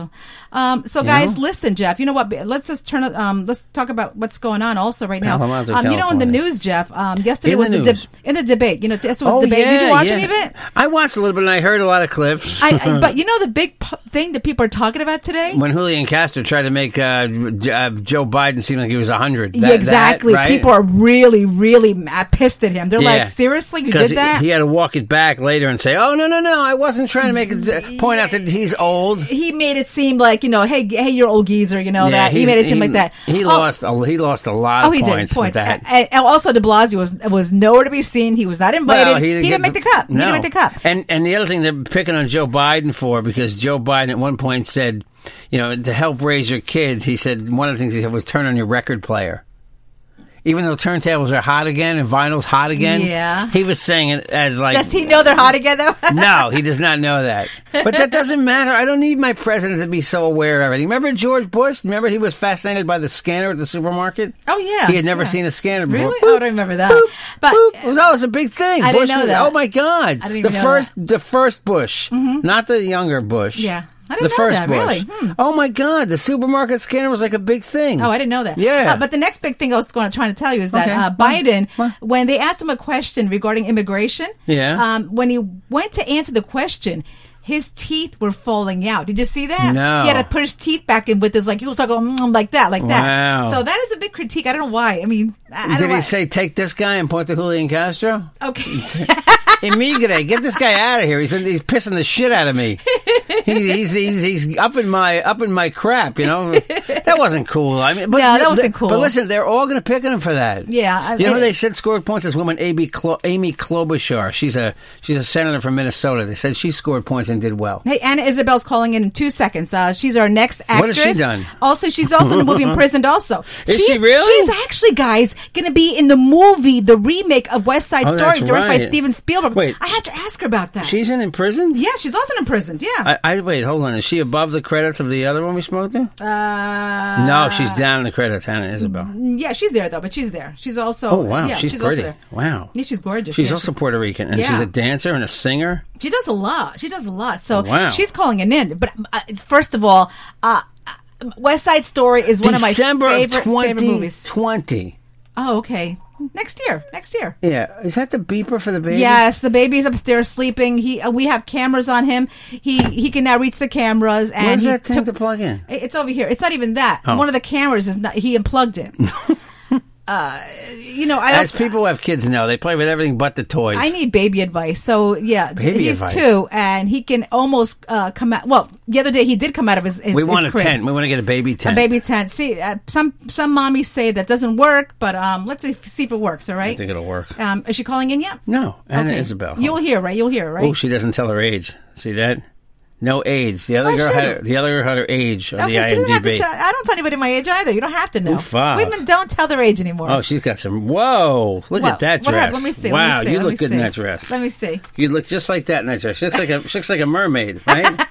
Speaker 2: pobrecito. Um, so guys, listen, Jeff. You know what? Let's just turn. Um, let's talk about what's going on also right now.
Speaker 1: Palo Alto,
Speaker 2: um, you know, in the
Speaker 1: California.
Speaker 2: news, Jeff. Um, yesterday
Speaker 1: In
Speaker 2: was
Speaker 1: the
Speaker 2: the
Speaker 1: news. Oh,
Speaker 2: deb in the debate. You know, yesterday was debate. Did you watch any of it?
Speaker 1: I watched a little bit, and I heard a lot of clips.
Speaker 2: I, I, but you know the big p- thing that people are talking about today.
Speaker 1: when Julian Castro tried to make uh, J- uh, Joe Biden seem like he was hundred,
Speaker 2: exactly. People are really, really mad, pissed at him. They're
Speaker 1: Yeah.
Speaker 2: like, seriously, you
Speaker 1: 'Cause
Speaker 2: did that?
Speaker 1: He, he had to walk it back later and say, "Oh no, no, no! I wasn't trying to make it uh, point out that he's old."
Speaker 2: he made it seem like you know, hey, g- hey, you're old geezer, you know
Speaker 1: Yeah,
Speaker 2: that. He made it seem like that.
Speaker 1: He
Speaker 2: Oh,
Speaker 1: lost. A, he lost a lot.
Speaker 2: Oh,
Speaker 1: of
Speaker 2: he did
Speaker 1: points
Speaker 2: points.
Speaker 1: with that.
Speaker 2: And, and also, De Blasio was was nowhere to be seen. He was not invited.
Speaker 1: Well,
Speaker 2: he didn't,
Speaker 1: get
Speaker 2: make the cut. He
Speaker 1: no.
Speaker 2: didn't make the cut.
Speaker 1: And and the other thing they're picking on Joe Biden for because Joe Biden at one point said, you know, to help raise your kids, he said one of the things he said was turn on your record player. Even though turntables are hot again and vinyl's hot again,
Speaker 2: Yeah.
Speaker 1: he was saying it as like
Speaker 2: Does he know they're hot again though?
Speaker 1: no, he does not know that. But that doesn't matter. I don't need my president to be so aware of everything. Remember George Bush? Remember he was fascinated by the scanner at the supermarket?
Speaker 2: Oh, yeah.
Speaker 1: He had never
Speaker 2: Yeah.
Speaker 1: seen a scanner before.
Speaker 2: Really? Oh, I don't remember that.
Speaker 1: boop,
Speaker 2: But- uh,
Speaker 1: boop. It was always a big thing.
Speaker 2: I didn't
Speaker 1: Bush
Speaker 2: know
Speaker 1: was-
Speaker 2: that.
Speaker 1: Oh my God.
Speaker 2: I didn't even
Speaker 1: the
Speaker 2: know Mm-hmm.
Speaker 1: first the first Bush. Not the younger Bush.
Speaker 2: Yeah. I didn't
Speaker 1: the
Speaker 2: know
Speaker 1: first
Speaker 2: that,
Speaker 1: Bush.
Speaker 2: really. Hmm.
Speaker 1: Oh my God! The supermarket scanner was like a big thing.
Speaker 2: Oh, I didn't know that.
Speaker 1: Yeah,
Speaker 2: Uh, but the next big thing I was going to trying to tell you is that
Speaker 1: Okay.
Speaker 2: uh,
Speaker 1: Well,
Speaker 2: Biden,
Speaker 1: well.
Speaker 2: when they asked him a question regarding immigration,
Speaker 1: Yeah.
Speaker 2: um, when he went to answer the question. His teeth were falling out. Did you see that?
Speaker 1: No.
Speaker 2: He had to put his teeth back in with his like he was like mm, like that, like that.
Speaker 1: Wow.
Speaker 2: So that is a big critique. I don't know why. I mean, I, I don't
Speaker 1: did
Speaker 2: know
Speaker 1: he
Speaker 2: why.
Speaker 1: say take this guy and point to Julian Castro?
Speaker 2: okay?
Speaker 1: Emigre, get this guy out of here. He's he's pissing the shit out of me. He, he's he's he's up in my up in my crap. You know that wasn't cool. I mean, but
Speaker 2: No, that wasn't cool.
Speaker 1: But listen, they're all going to pick on him for that.
Speaker 2: Yeah, I-
Speaker 1: you know
Speaker 2: it-
Speaker 1: who they said scored points. This woman, Amy, Clo- Amy Klobuchar. She's a she's a senator from Minnesota. They said she scored points and did well.
Speaker 2: Hey, Anna Isabel's calling in in two seconds. Uh, she's our next actress.
Speaker 1: What has she done?
Speaker 2: Also, she's also in the movie Imprisoned. Also,
Speaker 1: Is she
Speaker 2: she's,
Speaker 1: really?
Speaker 2: She's actually, guys, going to be in the movie, the remake of West Side
Speaker 1: Oh,
Speaker 2: Story,
Speaker 1: that's
Speaker 2: directed by
Speaker 1: right.
Speaker 2: Steven Spielberg.
Speaker 1: Wait.
Speaker 2: I had to ask her about that.
Speaker 1: She's in in prison.
Speaker 2: yeah, she's also imprisoned. Yeah.
Speaker 1: I, I wait. Hold on. Is she above the credits of the other one we smoked in?
Speaker 2: uh, Mm,
Speaker 1: no, she's down in the credits. Hannah Isabel.
Speaker 2: Yeah, she's there though, but she's there. She's also.
Speaker 1: Oh wow,
Speaker 2: yeah,
Speaker 1: she's,
Speaker 2: also
Speaker 1: pretty.
Speaker 2: there.
Speaker 1: Wow.
Speaker 2: Yeah, she's gorgeous.
Speaker 1: She's
Speaker 2: Yeah,
Speaker 1: also Puerto Rican, and she's
Speaker 2: Yeah.
Speaker 1: a dancer and a singer.
Speaker 2: She does a lot. She does a lot. So
Speaker 1: Wow.
Speaker 2: she's calling it in. But uh, first of all, uh, uh, West Side Story is one
Speaker 1: December
Speaker 2: of my favorite,
Speaker 1: of twenty
Speaker 2: favorite movies.
Speaker 1: twenty.
Speaker 2: Oh, okay. Next year. Next year.
Speaker 1: Yeah, is that the beeper for the baby?
Speaker 2: Yes, the baby's upstairs sleeping. He uh, we have cameras on him. He he can now reach the cameras and
Speaker 1: Where's
Speaker 2: he
Speaker 1: that thing
Speaker 2: took-
Speaker 1: to plug in?
Speaker 2: It- It's over here. It's not even that.
Speaker 1: Oh.
Speaker 2: One of the cameras is not. He unplugged it. uh, you know, I
Speaker 1: As
Speaker 2: also,
Speaker 1: people who have kids know, they play with everything but the toys.
Speaker 2: I need baby advice. So yeah,
Speaker 1: Baby
Speaker 2: he's
Speaker 1: advice.
Speaker 2: two, and he can almost uh, come out. Well, the other day he did come out of his. his
Speaker 1: we
Speaker 2: his
Speaker 1: want a
Speaker 2: crib.
Speaker 1: tent. We want to get a baby tent.
Speaker 2: A baby tent. See, uh, some some mommies say that doesn't work, but um, let's see if, see if it works. All right.
Speaker 1: think it'll work.
Speaker 2: Um, is she calling in yet?
Speaker 1: No, Anna Isabel.
Speaker 2: You'll hear, right? You'll hear, right?
Speaker 1: Oh, she doesn't tell her age. See that? No age. The other
Speaker 2: Why
Speaker 1: girl had
Speaker 2: shouldn't?
Speaker 1: her, the other girl had her age on
Speaker 2: Okay,
Speaker 1: the
Speaker 2: she doesn't have to
Speaker 1: IMDb.
Speaker 2: tell, I don't tell anybody my age either. You don't have to know.
Speaker 1: Oof-ah.
Speaker 2: Women don't tell their age anymore.
Speaker 1: oh, she's got some. Whoa! Look
Speaker 2: Well,
Speaker 1: at that
Speaker 2: what
Speaker 1: dress.
Speaker 2: happened? Let me see. let me
Speaker 1: Wow,
Speaker 2: see,
Speaker 1: you
Speaker 2: let me
Speaker 1: look good in
Speaker 2: see.
Speaker 1: that dress.
Speaker 2: Let me see.
Speaker 1: You look just like that in that dress. She looks like a she looks like a mermaid, right?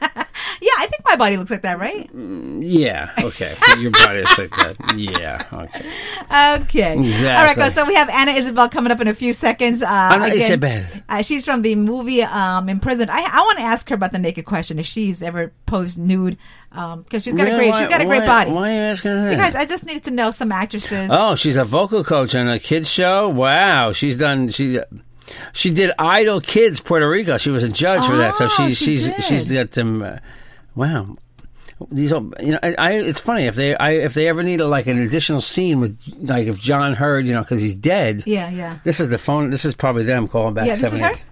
Speaker 2: Yeah, I think my body looks like that, right?
Speaker 1: Yeah. Okay. Your body is like that. Yeah. Okay.
Speaker 2: Okay. All right,
Speaker 1: Exactly.
Speaker 2: guys, so we have Anna Isabel coming up in a few seconds. Uh, Anna
Speaker 1: Isabel.
Speaker 2: Uh, she's from the movie um, Imprisoned. I, I want to ask her about the naked question if she's ever posed nude because she's got a
Speaker 1: Yeah,
Speaker 2: great
Speaker 1: why-
Speaker 2: she's got a great
Speaker 1: why-
Speaker 2: body.
Speaker 1: Why are you asking her that?
Speaker 2: Guys, I just needed to know some actresses.
Speaker 1: oh, she's a vocal coach on a kids show. Wow. She's done. She. She did Idol Kids Puerto Rico. She was a judge for that. So
Speaker 2: Oh,
Speaker 1: she's
Speaker 2: she
Speaker 1: she's
Speaker 2: did.
Speaker 1: she's got some. Uh, wow. These are, you know, I, I, it's funny if they, I, if they ever need a, like an additional scene with, like, if John heard, you know, because he's dead.
Speaker 2: Yeah, yeah.
Speaker 1: This is the phone. This is probably them calling back.
Speaker 2: Yeah, this
Speaker 1: seven
Speaker 2: is her?
Speaker 1: eight.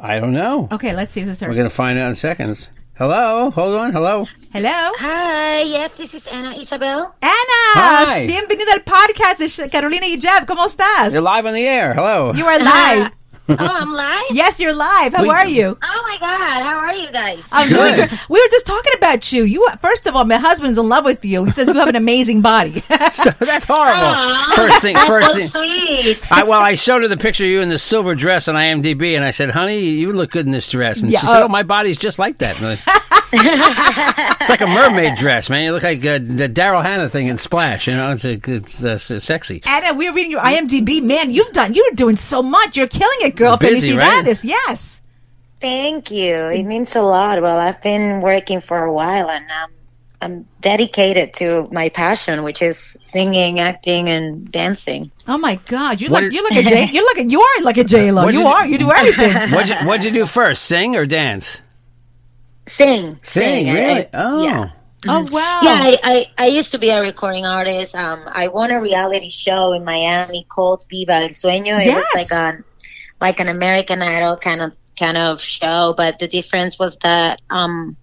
Speaker 1: I don't know.
Speaker 2: Okay, let's see if this is her.
Speaker 1: We're gonna find out in seconds. Hello, hold on. Hello.
Speaker 2: Hello?
Speaker 5: Hi, yes, this is Anna Isabel.
Speaker 2: Ana,
Speaker 1: Hi.
Speaker 2: bienvenida al podcast de Sh- Carolina y Jeb. ¿Cómo estás?
Speaker 1: You're live on the air. Hello.
Speaker 2: You are live.
Speaker 5: oh, I'm live?
Speaker 2: yes, you're live. How
Speaker 1: We-
Speaker 2: are you?
Speaker 5: Oh my god, how are you guys?
Speaker 2: I'm
Speaker 1: Good.
Speaker 2: doing good. We were just talking about you. You first of all, my husband's in love with you. He says you have an amazing body.
Speaker 1: That's horrible.
Speaker 5: Aw.
Speaker 1: First thing. First
Speaker 5: That's
Speaker 1: thing.
Speaker 5: so sweet.
Speaker 1: I, well, I showed her the picture of you in the silver dress on IMDb, and I said, "Honey, you look good in this dress." And
Speaker 2: Yeah,
Speaker 1: she said,
Speaker 2: uh,
Speaker 1: "Oh, my body's just like that." And I- it's like a mermaid dress, man. You look like uh, the Daryl Hannah thing in Splash. You know, it's a, it's uh, so sexy.
Speaker 2: Anna, we were reading your IMDb. Man, you've done. You're doing so much. You're killing it, girl.
Speaker 1: Busy, right?
Speaker 2: Felicidades. Yes.
Speaker 5: Thank you. It means a lot. Well, I've been working for a while and um, I'm dedicated to my passion, which is singing, acting, and dancing.
Speaker 2: Oh my God, you're
Speaker 1: What
Speaker 2: like
Speaker 1: did-
Speaker 2: you're like a J. You're like a, you are like a J Lo.
Speaker 1: What
Speaker 2: You
Speaker 1: did-
Speaker 2: are. You do everything.
Speaker 1: What'd you, what'd you do first, sing or dance?
Speaker 5: Sing. I-
Speaker 1: really?
Speaker 5: I-
Speaker 1: Oh,
Speaker 5: Yeah.
Speaker 2: oh wow.
Speaker 5: Yeah, I, I, I used to be a recording artist. Um, I won a reality show in Miami called Viva el Sueño. It
Speaker 2: Yes.
Speaker 5: was like a like an American Idol kind of kind of show, but the difference was that um,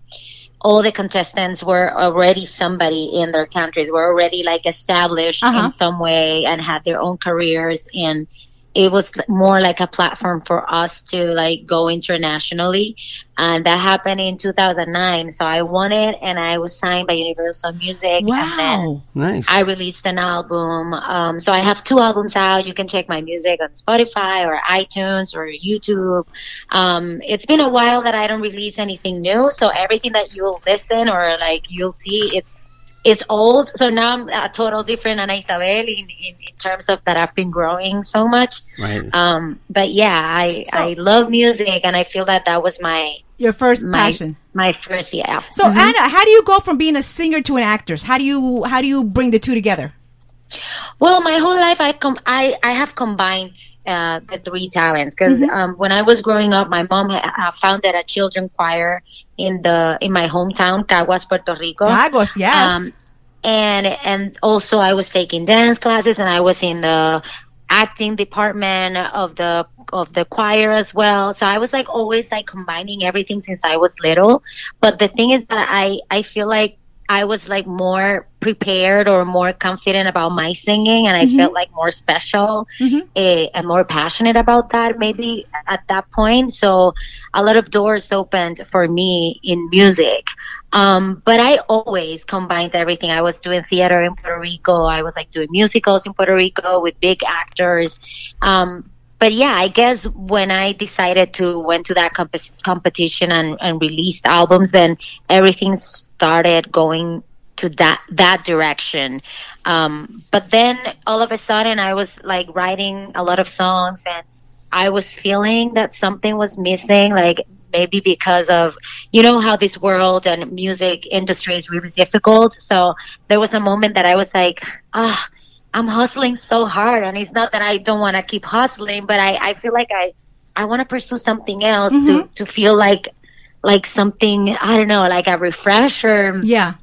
Speaker 5: all the contestants were already somebody in their countries, were already like established
Speaker 2: Uh-huh.
Speaker 5: in some way and had their own careers and it was more like a platform for us to like go internationally and that happened in 2009 so i won it and i was signed by universal music and then
Speaker 2: wow.
Speaker 1: Nice.
Speaker 5: i released an album um, so i have two albums out you can check my music on spotify or itunes or youtube um, it's been a while that i don't release anything new so everything that you'll listen or like you'll see it's it's old so now i'm a total different ana isabel in, in, in terms of that i've been growing so much
Speaker 1: right.
Speaker 5: um, but yeah, I
Speaker 2: So-
Speaker 5: I love music, and I feel that that was my
Speaker 2: Your first
Speaker 5: my
Speaker 2: passion.
Speaker 5: my first yeah.
Speaker 2: So Anna, how do you go from being a singer to an actress? How do you how do you bring the two together?
Speaker 5: Well, my whole life I com- I I have combined uh, the three talents because um, when I was growing up, my mom uh, founded a children choir in the in my hometown, Caguas, Puerto Rico.
Speaker 2: Dragos, yes.
Speaker 5: Um, and and also I was taking dance classes and I was in the acting department of the of the choir as well. So I was like always like combining everything since I was little. But the thing is that I I feel like I was like more prepared or more confident about my singing, and I felt like more special eh, and more passionate about that. Maybe at that point, so a lot of doors opened for me in music. Um, but I always combined everything. I was doing theater in Puerto Rico. I was like doing musicals in Puerto Rico with big actors. Um, but yeah, I guess when I decided to went to that comp- competition and, and released albums, then everything started going to that that direction. Um, but then all of a sudden, I was like writing a lot of songs, and I was feeling that something was missing, like maybe because of you know how this world and music industry is really difficult. So there was a moment that I was like, ah. I'm hustling so hard, and it's not that I don't want to keep hustling, but I, I feel like I, I want to pursue something else to, to feel like, like something I don't know, like a refresher.
Speaker 2: Yeah.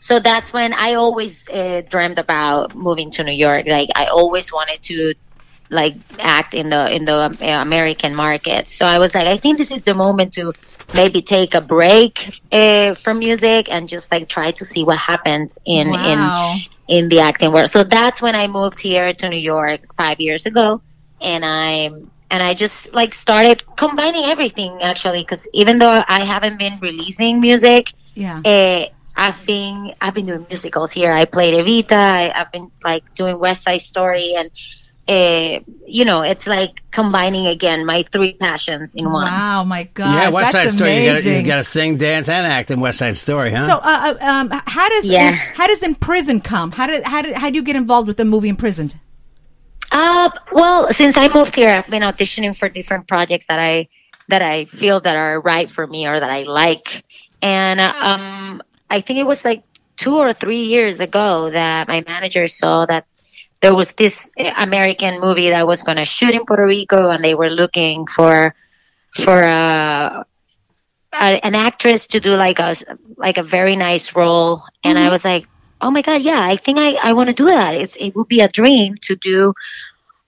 Speaker 5: So that's when I always uh, dreamed about moving to New York. Like I always wanted to, like act in the in the uh, American market. So I was like, I think this is the moment to maybe take a break uh, from music and just like try to see what happens in
Speaker 2: Wow.
Speaker 5: in in the acting world. So that's when I moved here to New York five years ago, and I and I just like started combining everything actually because even though I haven't been releasing music,
Speaker 2: Yeah.
Speaker 5: uh, I've been I've been doing musicals here. I played Evita. I, I've been like doing West Side Story, and uh, you know, it's like combining again my three passions in one.
Speaker 2: Wow, my God.
Speaker 1: yeah, West Side
Speaker 2: that's
Speaker 1: Story. You gotta,
Speaker 2: amazing.
Speaker 1: you gotta sing, dance, and act in West Side Story, huh?
Speaker 2: So, uh, uh, um, how does
Speaker 5: Yeah.
Speaker 2: how does in prison come? How did how did how do you get involved with the movie Imprisoned?
Speaker 5: Uh, well, since I moved here, I've been auditioning for different projects that I that I feel that are right for me or that I like, and um, I think it was like two or three years ago that my manager saw that there was this uh, American movie that was going to shoot in Puerto Rico, and they were looking for for uh, a, an actress to do like a like a very nice role, and
Speaker 2: Mm-hmm.
Speaker 5: I was like, oh my god, yeah, I think I I want to do that. It's it would be a dream to do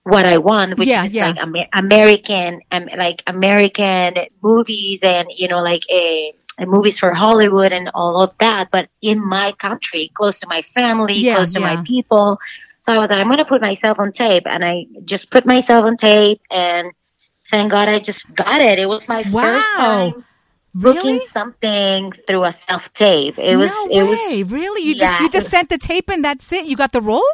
Speaker 5: what I want, which
Speaker 2: Yeah,
Speaker 5: is
Speaker 2: yeah.
Speaker 5: like Amer- American, um, like American movies, and you know, like a. movies for Hollywood and all of that, but in my country, close to my family,
Speaker 2: Yeah,
Speaker 5: close to
Speaker 2: yeah.
Speaker 5: my people. So I was like, I'm gonna put myself on tape, and I just put myself on tape, and thank God I just got it. It was my first
Speaker 2: Wow.
Speaker 5: time booking
Speaker 2: Really?
Speaker 5: something through a self tape. It was,
Speaker 2: no
Speaker 5: it
Speaker 2: way.
Speaker 5: was,
Speaker 2: really? You just
Speaker 5: Yeah,
Speaker 2: you
Speaker 5: it
Speaker 2: just
Speaker 5: was-
Speaker 2: sent the tape and that's it. You got the role?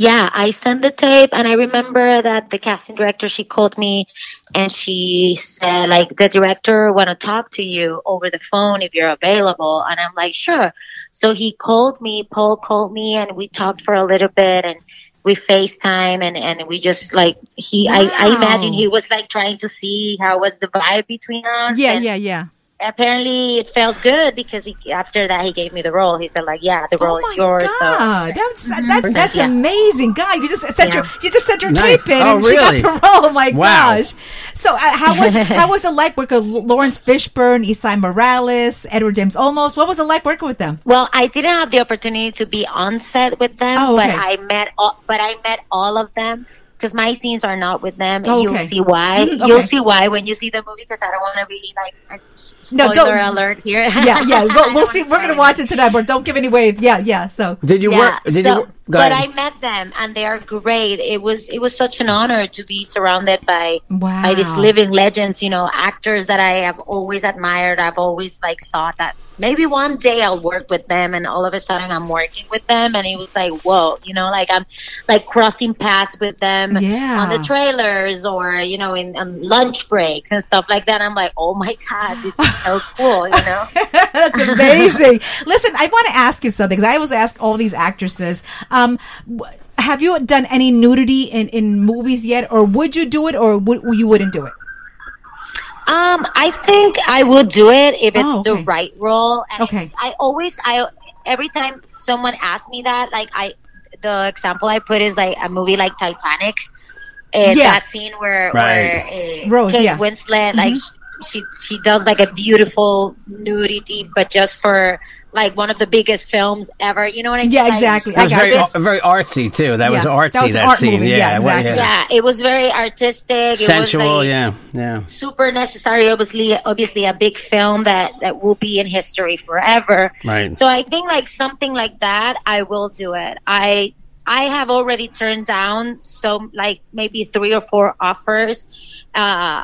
Speaker 5: yeah. I sent the tape, and I remember that the casting director she called me, and she said like the director want to talk to you over the phone if you're available, and I'm like sure. So he called me, Paul called me, and we talked for a little bit, and we FaceTime, and and we just like he, I, I imagine
Speaker 2: Wow.
Speaker 5: he was like trying to see how was the vibe between us.
Speaker 2: Yeah,
Speaker 5: and-
Speaker 2: yeah, yeah.
Speaker 5: apparently it felt good because he, after that he gave me the role. He said like, yeah, the role
Speaker 2: oh my
Speaker 5: is yours. So Mm-hmm.
Speaker 2: God. That's that, that's
Speaker 5: Yeah.
Speaker 2: amazing, God. You just sent your
Speaker 5: Yeah.
Speaker 2: you just sent your
Speaker 1: Nice.
Speaker 2: tape in
Speaker 1: Oh,
Speaker 2: and
Speaker 1: really?
Speaker 2: she got the role. Oh my
Speaker 1: Wow.
Speaker 2: gosh. So uh, how was how was it like working with Lawrence Fishburne, Isai Morales, Edward James Olmos? What was it like working with them?
Speaker 5: well, I didn't have the opportunity to be on set with them,
Speaker 2: Oh,
Speaker 5: but
Speaker 2: okay.
Speaker 5: I met all, but I met all of them because my scenes are not with them.
Speaker 2: Oh,
Speaker 5: You'll
Speaker 2: okay.
Speaker 5: see why.
Speaker 2: Mhm,
Speaker 5: You'll
Speaker 2: okay.
Speaker 5: see why when you see the movie because I don't want to really like. uh,
Speaker 2: No,
Speaker 5: spoiler
Speaker 2: don't-
Speaker 5: alert here.
Speaker 2: Yeah, yeah.
Speaker 5: I
Speaker 2: We'll,
Speaker 5: don't
Speaker 2: we'll
Speaker 5: wanna
Speaker 2: see. We're gonna
Speaker 5: spoil
Speaker 2: watch it tonight, but don't give any away. Yeah, yeah. So
Speaker 1: did you work? Did
Speaker 5: so-
Speaker 1: you? Work? Go
Speaker 5: but
Speaker 1: ahead.
Speaker 5: I met them and they are great. It was it was such an honor to be surrounded by
Speaker 2: Wow.
Speaker 5: by these living legends, you know, actors that I have always admired. I've always like thought that maybe one day I'll work with them and all of a sudden I'm working with them and it was like, whoa, you know, like I'm like crossing paths with them
Speaker 2: Yeah.
Speaker 5: on the trailers or, you know, in um, lunch breaks and stuff like that. I'm like, oh my God, this is so cool, you know?
Speaker 2: That's amazing. Listen, I want to ask you something 'cause I always ask all these actresses. Um, wh- have you done any nudity in, in movies yet, or would you do it, or would, you wouldn't do it?
Speaker 5: Um, I think I will do it if it's
Speaker 2: Oh, okay.
Speaker 5: the right role. And
Speaker 2: Okay.
Speaker 5: it's- I always, I every time someone asks me that, like I, the example I put is like a movie like Titanic. Uh,
Speaker 2: Yeah.
Speaker 5: That scene where
Speaker 1: Right.
Speaker 5: where uh,
Speaker 2: Rose,
Speaker 5: Kate
Speaker 2: yeah. Mm-hmm.
Speaker 5: Winslet like sh- she she does like a beautiful nudity, but just for like one of the biggest films ever. You know what I mean?
Speaker 2: Yeah,
Speaker 5: Like,
Speaker 2: exactly.
Speaker 1: It was
Speaker 2: I got
Speaker 1: very,
Speaker 2: you.
Speaker 1: ar- very artsy too. That was
Speaker 2: Yeah,
Speaker 1: artsy.
Speaker 2: that
Speaker 1: That,
Speaker 2: was an art
Speaker 1: scene.
Speaker 2: movie. Yeah,
Speaker 1: it wa-
Speaker 2: exactly.
Speaker 5: yeah, it was very artistic. it
Speaker 1: Sensual.
Speaker 5: was like,
Speaker 1: yeah, yeah.
Speaker 5: super necessary obviously obviously a big film that that will be in history forever
Speaker 1: Right.
Speaker 5: so i think like something like that i will do it i i have already turned down so like maybe three or four offers uh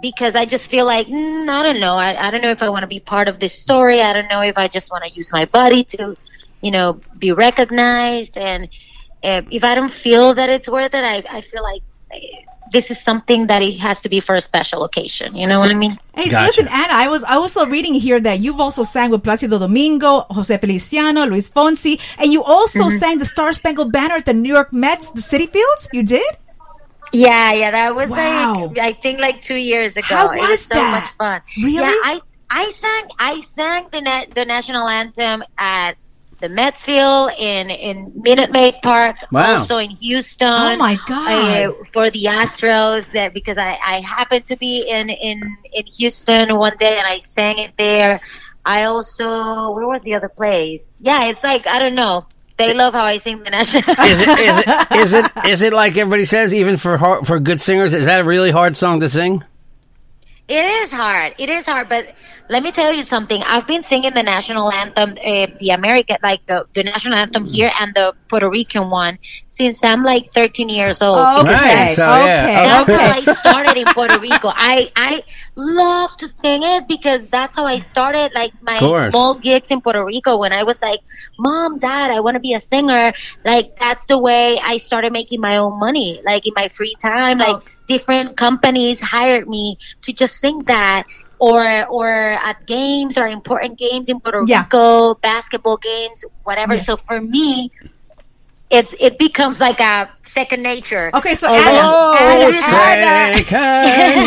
Speaker 5: because I just feel like mm, I don't know. I, I don't know if I want to be part of this story. I don't know if I just want to use my body to, you know, be recognized. And uh, if I don't feel that it's worth it, I, I feel like eh, this is something that it has to be for a special occasion. You know what I mean?
Speaker 2: Hey,
Speaker 1: Gotcha.
Speaker 2: listen, Anna, I was I also reading here that you've also sang with Placido Domingo, Jose Feliciano, Luis Fonsi, and you also
Speaker 1: Mm-hmm.
Speaker 2: sang the Star Spangled Banner at the New York Mets, the City Fields. You did?
Speaker 5: Yeah, yeah, that was
Speaker 2: Wow.
Speaker 5: like I think like two years ago.
Speaker 2: How
Speaker 5: it
Speaker 2: was
Speaker 5: was so
Speaker 2: that?
Speaker 5: much fun.
Speaker 2: Really?
Speaker 5: Yeah, I I sang I sang the na- the national anthem at the Mets Field in in Minute Maid Park,
Speaker 1: Wow.
Speaker 5: also in Houston. uh,
Speaker 2: Oh, my God.
Speaker 5: for the Astros, that because I I happened to be in in in Houston one day and I sang it there. I also where was the other place? Yeah, it's like I don't know. They love how I sing the national.
Speaker 1: Is it, is it is it is it like everybody says? Even for hard, for good singers, is that a really hard song to sing?
Speaker 5: It is hard. It is hard, but let me tell you something. I've been singing the national anthem, uh, the American, like the, the national anthem here and the Puerto Rican one, since I'm like 13 years old.
Speaker 2: Okay.
Speaker 1: Right, so, Oh, yeah.
Speaker 5: That's
Speaker 2: okay.
Speaker 5: how I started in Puerto Rico. I I love to sing it because that's how I started like my
Speaker 1: Course.
Speaker 5: small gigs in Puerto Rico when I was like, Mom, Dad, I want to be a singer. Like that's the way I started making my own money. Like in my free time, like
Speaker 2: Oh.
Speaker 5: different companies hired me to just sing that. Or, or at games or important games in Puerto
Speaker 2: Yeah.
Speaker 5: Rico, basketball games, whatever.
Speaker 2: Yeah.
Speaker 5: So for me, it's it becomes like a second nature.
Speaker 2: Okay, so
Speaker 5: Already.
Speaker 2: Anna,
Speaker 1: Oh,
Speaker 2: Anna, Anna,
Speaker 1: say can- oh,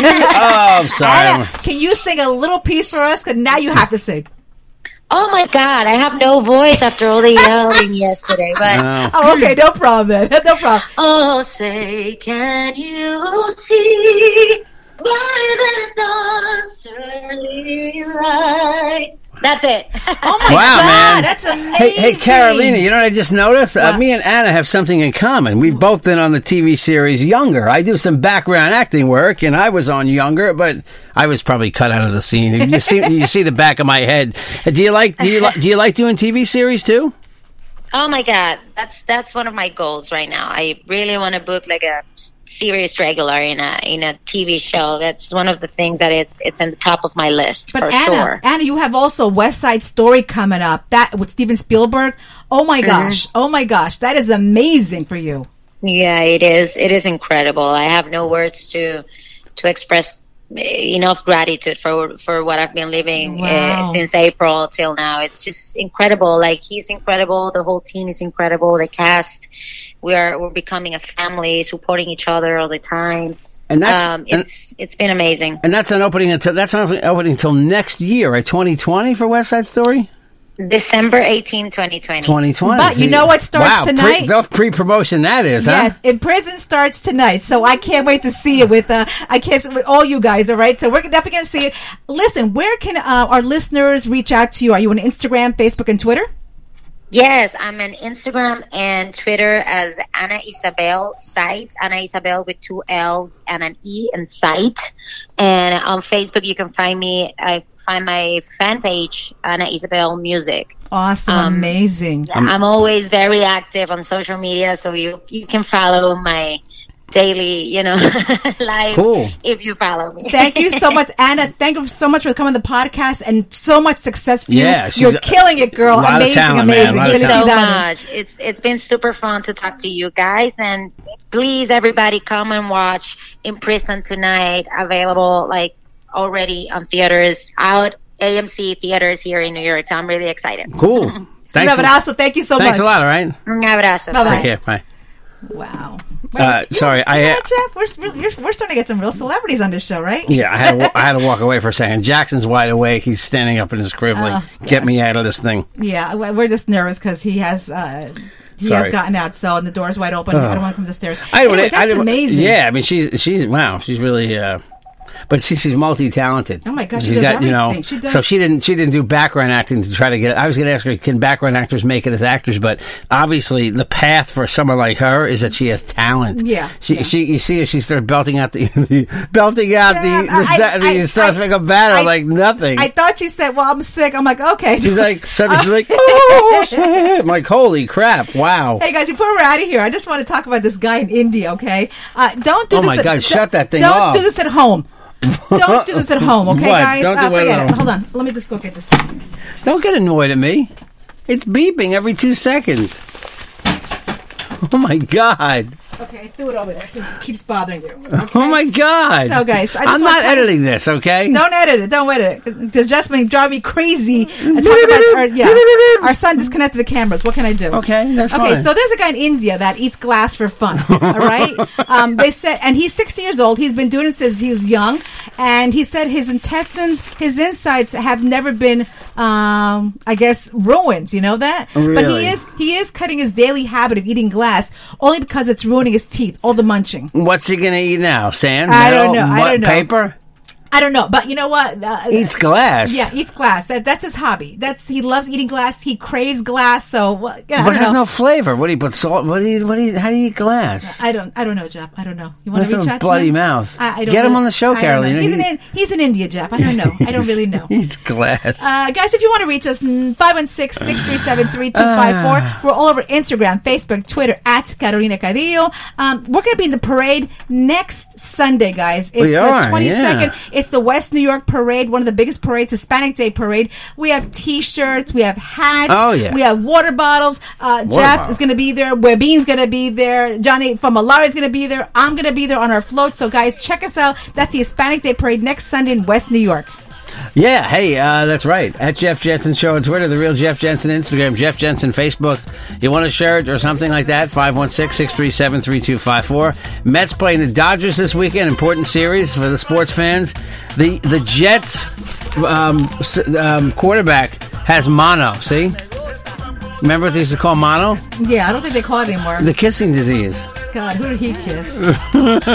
Speaker 1: I'm sorry.
Speaker 2: Anna,
Speaker 1: I'm-
Speaker 2: can you sing a little piece for us? Because now you have to sing.
Speaker 5: Oh my God, I have no voice after all the yelling yesterday. But
Speaker 1: No.
Speaker 2: Oh, okay, no problem. then. No problem.
Speaker 5: oh, say, can you see by the dawn's early light? That's it.
Speaker 2: Oh my
Speaker 1: Wow,
Speaker 2: god,
Speaker 1: man.
Speaker 2: that's amazing.
Speaker 1: Hey, hey, Carolina, you know what I just noticed? Uh, me and Anna have something in common.
Speaker 2: Mm.
Speaker 1: We've both been on the TV series Younger. I do some background acting work, and I was on Younger, but I was probably cut out of the scene. You see, you see the back of my head. Uh, Do you like do you li- do you like doing TV series too?
Speaker 5: oh my God, that's that's one of my goals right now. I really want to book like a serious regular in a in a TV show. That's one of the things that it's it's in the top of my list
Speaker 2: But
Speaker 5: for
Speaker 2: Anna,
Speaker 5: sure.
Speaker 2: Anna, you have also West Side Story coming up. That with Steven Spielberg. Oh my gosh. Oh my gosh. That is amazing for you.
Speaker 5: Yeah, it is. It is incredible. I have no words to to express eh, enough gratitude for for what I've been living
Speaker 2: Wow.
Speaker 5: uh, since April till now. It's just incredible. Like he's incredible. The whole team is incredible. The cast. We are we're becoming a family, supporting each other all the time.
Speaker 1: And that's
Speaker 5: um,
Speaker 1: and,
Speaker 5: it's it's been amazing.
Speaker 1: and that's an opening until that's an opening- opening until next year, right? Twenty twenty for West Side Story.
Speaker 5: December 18, 2020.
Speaker 1: Twenty twenty.
Speaker 2: But you know what starts
Speaker 1: wow,
Speaker 2: tonight?
Speaker 1: Pre promotion that is. huh?
Speaker 2: Yes, in prison starts tonight, so I can't wait to see it with uh, I can't with all you guys. All right, so we're definitely gonna see it. Listen, where can uh, our listeners reach out to you? Are you on Instagram, Facebook, and Twitter?
Speaker 5: Yes, I'm on Instagram and Twitter as Ana Isabel Site. Ana Isabel with two L's and an E and Site. And on Facebook, you can find me. I find my fan page, Ana Isabel Music.
Speaker 2: Awesome, amazing.
Speaker 5: I'm, always very active on social media, so you you can follow my daily, you know, life
Speaker 1: Cool.
Speaker 5: if you follow me.
Speaker 2: Thank you so much, Anna. Thank you so much for coming on the podcast and so much success for you.
Speaker 1: Yeah, she's
Speaker 2: You're
Speaker 1: a-
Speaker 2: killing it, girl.
Speaker 1: lot of
Speaker 2: amazing,
Speaker 1: talent, man, a
Speaker 2: amazing.
Speaker 1: lot
Speaker 2: You're
Speaker 1: of
Speaker 5: Thank you
Speaker 2: gonna see that.
Speaker 5: so much. It's it's been super fun to talk to you guys, and please everybody come and watch In Prison tonight. Available like already on theaters out AMC theaters here in New York. So I'm really excited.
Speaker 1: Cool. Thanks.
Speaker 2: But also, thank you so
Speaker 1: thanks
Speaker 2: much.
Speaker 1: a lot. All right.
Speaker 5: Un abrazo.
Speaker 2: Bye-bye.
Speaker 1: Take care. Bye.
Speaker 2: Wow.
Speaker 1: Uh, sorry, I-
Speaker 2: know what, Jeff, we're, we're, you're- we're starting to get some real celebrities on this show, right?
Speaker 1: Yeah, I had, to, I had to walk away for a second. Jackson's wide awake. He's standing up in his crib, like, get me out of this thing.
Speaker 2: Oh, Yeah, we- we're just nervous because he has uh, he
Speaker 1: Sorry. Oh.
Speaker 2: has gotten out, so and the door's wide open. I don't want to come the stairs.
Speaker 1: I don't.
Speaker 2: Anyway,
Speaker 1: I
Speaker 2: that's
Speaker 1: don't-
Speaker 2: amazing.
Speaker 1: Yeah, I mean, she's she's wow, she's really. Uh, but she, she's multi talented.
Speaker 2: Oh my gosh, she
Speaker 1: She's
Speaker 2: does
Speaker 1: got, you know,
Speaker 2: everything. She does-
Speaker 1: So she didn't she didn't do background acting to try to get. it. I was going to ask her, can background actors make it as actors? But obviously, the path for someone like her is that she has talent.
Speaker 2: Yeah,
Speaker 1: she
Speaker 2: yeah.
Speaker 1: she you see her, she started belting out the, the belting out the
Speaker 2: Damn,
Speaker 1: the,
Speaker 2: I-
Speaker 1: sta-
Speaker 2: I-
Speaker 1: the Stars
Speaker 2: I-
Speaker 1: Make a battle
Speaker 2: I-
Speaker 1: like nothing.
Speaker 2: I thought she said, "Well, I'm sick." I'm like, okay.
Speaker 1: She's like, suddenly she's like, oh, shit. I'm like, holy crap, wow.
Speaker 2: Hey guys, before we're out of here, I just want to talk about this guy in India. Okay, uh, don't do
Speaker 1: Oh
Speaker 2: this.
Speaker 1: my
Speaker 2: at-
Speaker 1: God, shut that thing
Speaker 2: Don't
Speaker 1: off.
Speaker 2: do this at home. don't do this at home, okay,
Speaker 1: What?
Speaker 2: guys?
Speaker 1: Don't
Speaker 2: uh,
Speaker 1: do it at
Speaker 2: forget
Speaker 1: home.
Speaker 2: it. Hold on, let me just go get this.
Speaker 1: Don't get annoyed at me. It's beeping every two seconds. Oh my god.
Speaker 2: Okay, I threw it over there since it keeps bothering you.
Speaker 1: Oh my god.
Speaker 2: So, guys, I just
Speaker 1: I'm
Speaker 2: wanna
Speaker 1: not
Speaker 2: tell you-
Speaker 1: editing this, okay?
Speaker 2: Don't edit it. Don't edit it. Because just may drive me crazy. I talk about our, yeah, our son disconnected the cameras. What can I do?
Speaker 1: Okay, that's
Speaker 2: okay.
Speaker 1: fine.
Speaker 2: So there's a guy in India that eats glass for fun. all right. Um, they said, and he's 16 years old. He's been doing it since he was young, and he said his intestines, his insides have never been, um, I guess, ruined. You know that. But
Speaker 1: Oh, Really?
Speaker 2: he is he is cutting his daily habit of eating glass only because it's ruining his teeth. All the munching.
Speaker 1: What's he gonna eat now? Sand?
Speaker 2: I don't
Speaker 1: metal,
Speaker 2: know, I
Speaker 1: what,
Speaker 2: don't know.
Speaker 1: Paper?
Speaker 2: I don't know, but you know what? Uh,
Speaker 1: Eats glass.
Speaker 2: Yeah, eats glass. That, that's his hobby. That's he loves eating glass. He craves glass. So well, you know,
Speaker 1: But
Speaker 2: I
Speaker 1: it
Speaker 2: don't
Speaker 1: has
Speaker 2: know.
Speaker 1: no flavor. What do you put salt? What do you? What do you? How do you eat glass?
Speaker 2: I don't. I don't know, Jeff. I don't know. You want
Speaker 1: That's
Speaker 2: to reach
Speaker 1: no
Speaker 2: out?
Speaker 1: bloody
Speaker 2: to him?
Speaker 1: mouth.
Speaker 2: I, I don't
Speaker 1: Get him
Speaker 2: know.
Speaker 1: on the show,
Speaker 2: I don't know.
Speaker 1: Carolina.
Speaker 2: He's in,
Speaker 1: He-
Speaker 2: in- he's in India, Jeff. I don't know. I don't really know.
Speaker 1: Eats glass.
Speaker 2: Uh, guys, if you want to reach us, 516 637
Speaker 1: Ah.
Speaker 2: 3254. We're all over Instagram, Facebook, Twitter, at Carolina Cadillo. Um, we're going to be in the parade next Sunday, guys. It's
Speaker 1: We
Speaker 2: the
Speaker 1: are,
Speaker 2: 22nd.
Speaker 1: yeah.
Speaker 2: It's the West New York Parade, one of the biggest parades, Hispanic Day Parade. We have t shirts, we have hats,
Speaker 1: Oh, yeah.
Speaker 2: we have water bottles. Uh, Jeff
Speaker 1: bottle.
Speaker 2: is going to be there, Webin's going to be there, Johnny from Malari is going to be there. I'm going to be there on our float. So, guys, check us out. That's the Hispanic Day Parade next Sunday in West New York.
Speaker 1: Yeah, hey, uh, that's right. At Jeff Jensen Show on Twitter, The Real Jeff Jensen Instagram, Jeff Jensen Facebook. You want to share it or something like that? 516 637 3254. Mets playing the Dodgers this weekend. Important series for the sports fans. The the Jets um, s- um, quarterback has mono, see? Remember what they used to call mono?
Speaker 2: Yeah, I don't think they call it anymore.
Speaker 1: The kissing disease.
Speaker 2: God, who did he kiss?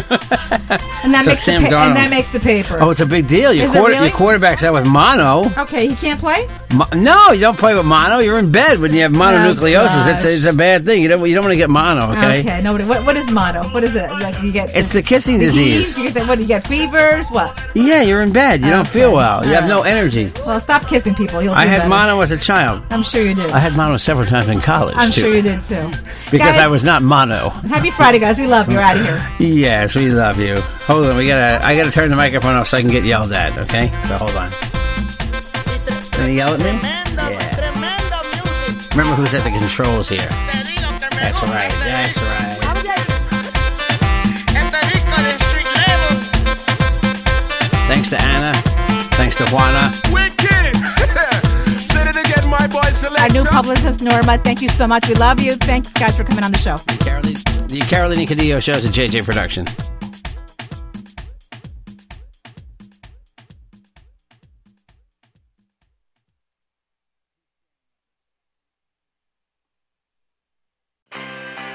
Speaker 2: and that
Speaker 1: So
Speaker 2: makes
Speaker 1: Sam
Speaker 2: the pa-
Speaker 1: Darnold.
Speaker 2: and that makes the paper.
Speaker 1: Oh, it's a big deal. Your,
Speaker 2: Is it
Speaker 1: quarter-
Speaker 2: really?
Speaker 1: your quarterback's out with mono.
Speaker 2: okay, he can't play.
Speaker 1: Mo- No, you don't play with mono. You're in bed when you have mononucleosis.
Speaker 2: Oh, gosh.
Speaker 1: it's, a, it's a bad thing. You don't you don't want to get mono. Okay.
Speaker 2: Okay, nobody. What, what is mono? What is it? Like you get
Speaker 1: It's the kissing
Speaker 2: disease.
Speaker 1: disease.
Speaker 2: You get that? What do you get? Fevers? What?
Speaker 1: Yeah, you're in bed. You don't
Speaker 2: Okay.
Speaker 1: feel well. You
Speaker 2: All
Speaker 1: have no
Speaker 2: right.
Speaker 1: energy.
Speaker 2: Well, stop kissing people. You'll.
Speaker 1: I
Speaker 2: do
Speaker 1: had
Speaker 2: better.
Speaker 1: mono as a child.
Speaker 2: I'm sure you did.
Speaker 1: I had mono several times in college
Speaker 2: I'm
Speaker 1: too.
Speaker 2: sure you did too.
Speaker 1: Because
Speaker 2: Guys,
Speaker 1: I was not mono.
Speaker 2: Happy Friday, guys. We love you. We're out of here.
Speaker 1: Yes, we love you. Hold on, we gotta. I gotta turn the microphone off so I can get yelled at. Okay, so hold on. Gonna yell at me? Yeah. Remember who's at the controls here? That's right. That's right. Thanks to Anna. Thanks to Juana.
Speaker 2: Our new publicist Norma. Thank you so much. We love you. Thanks, guys, for coming on the show.
Speaker 1: Carolyn, the Carolina Cadillo shows at JJ Production.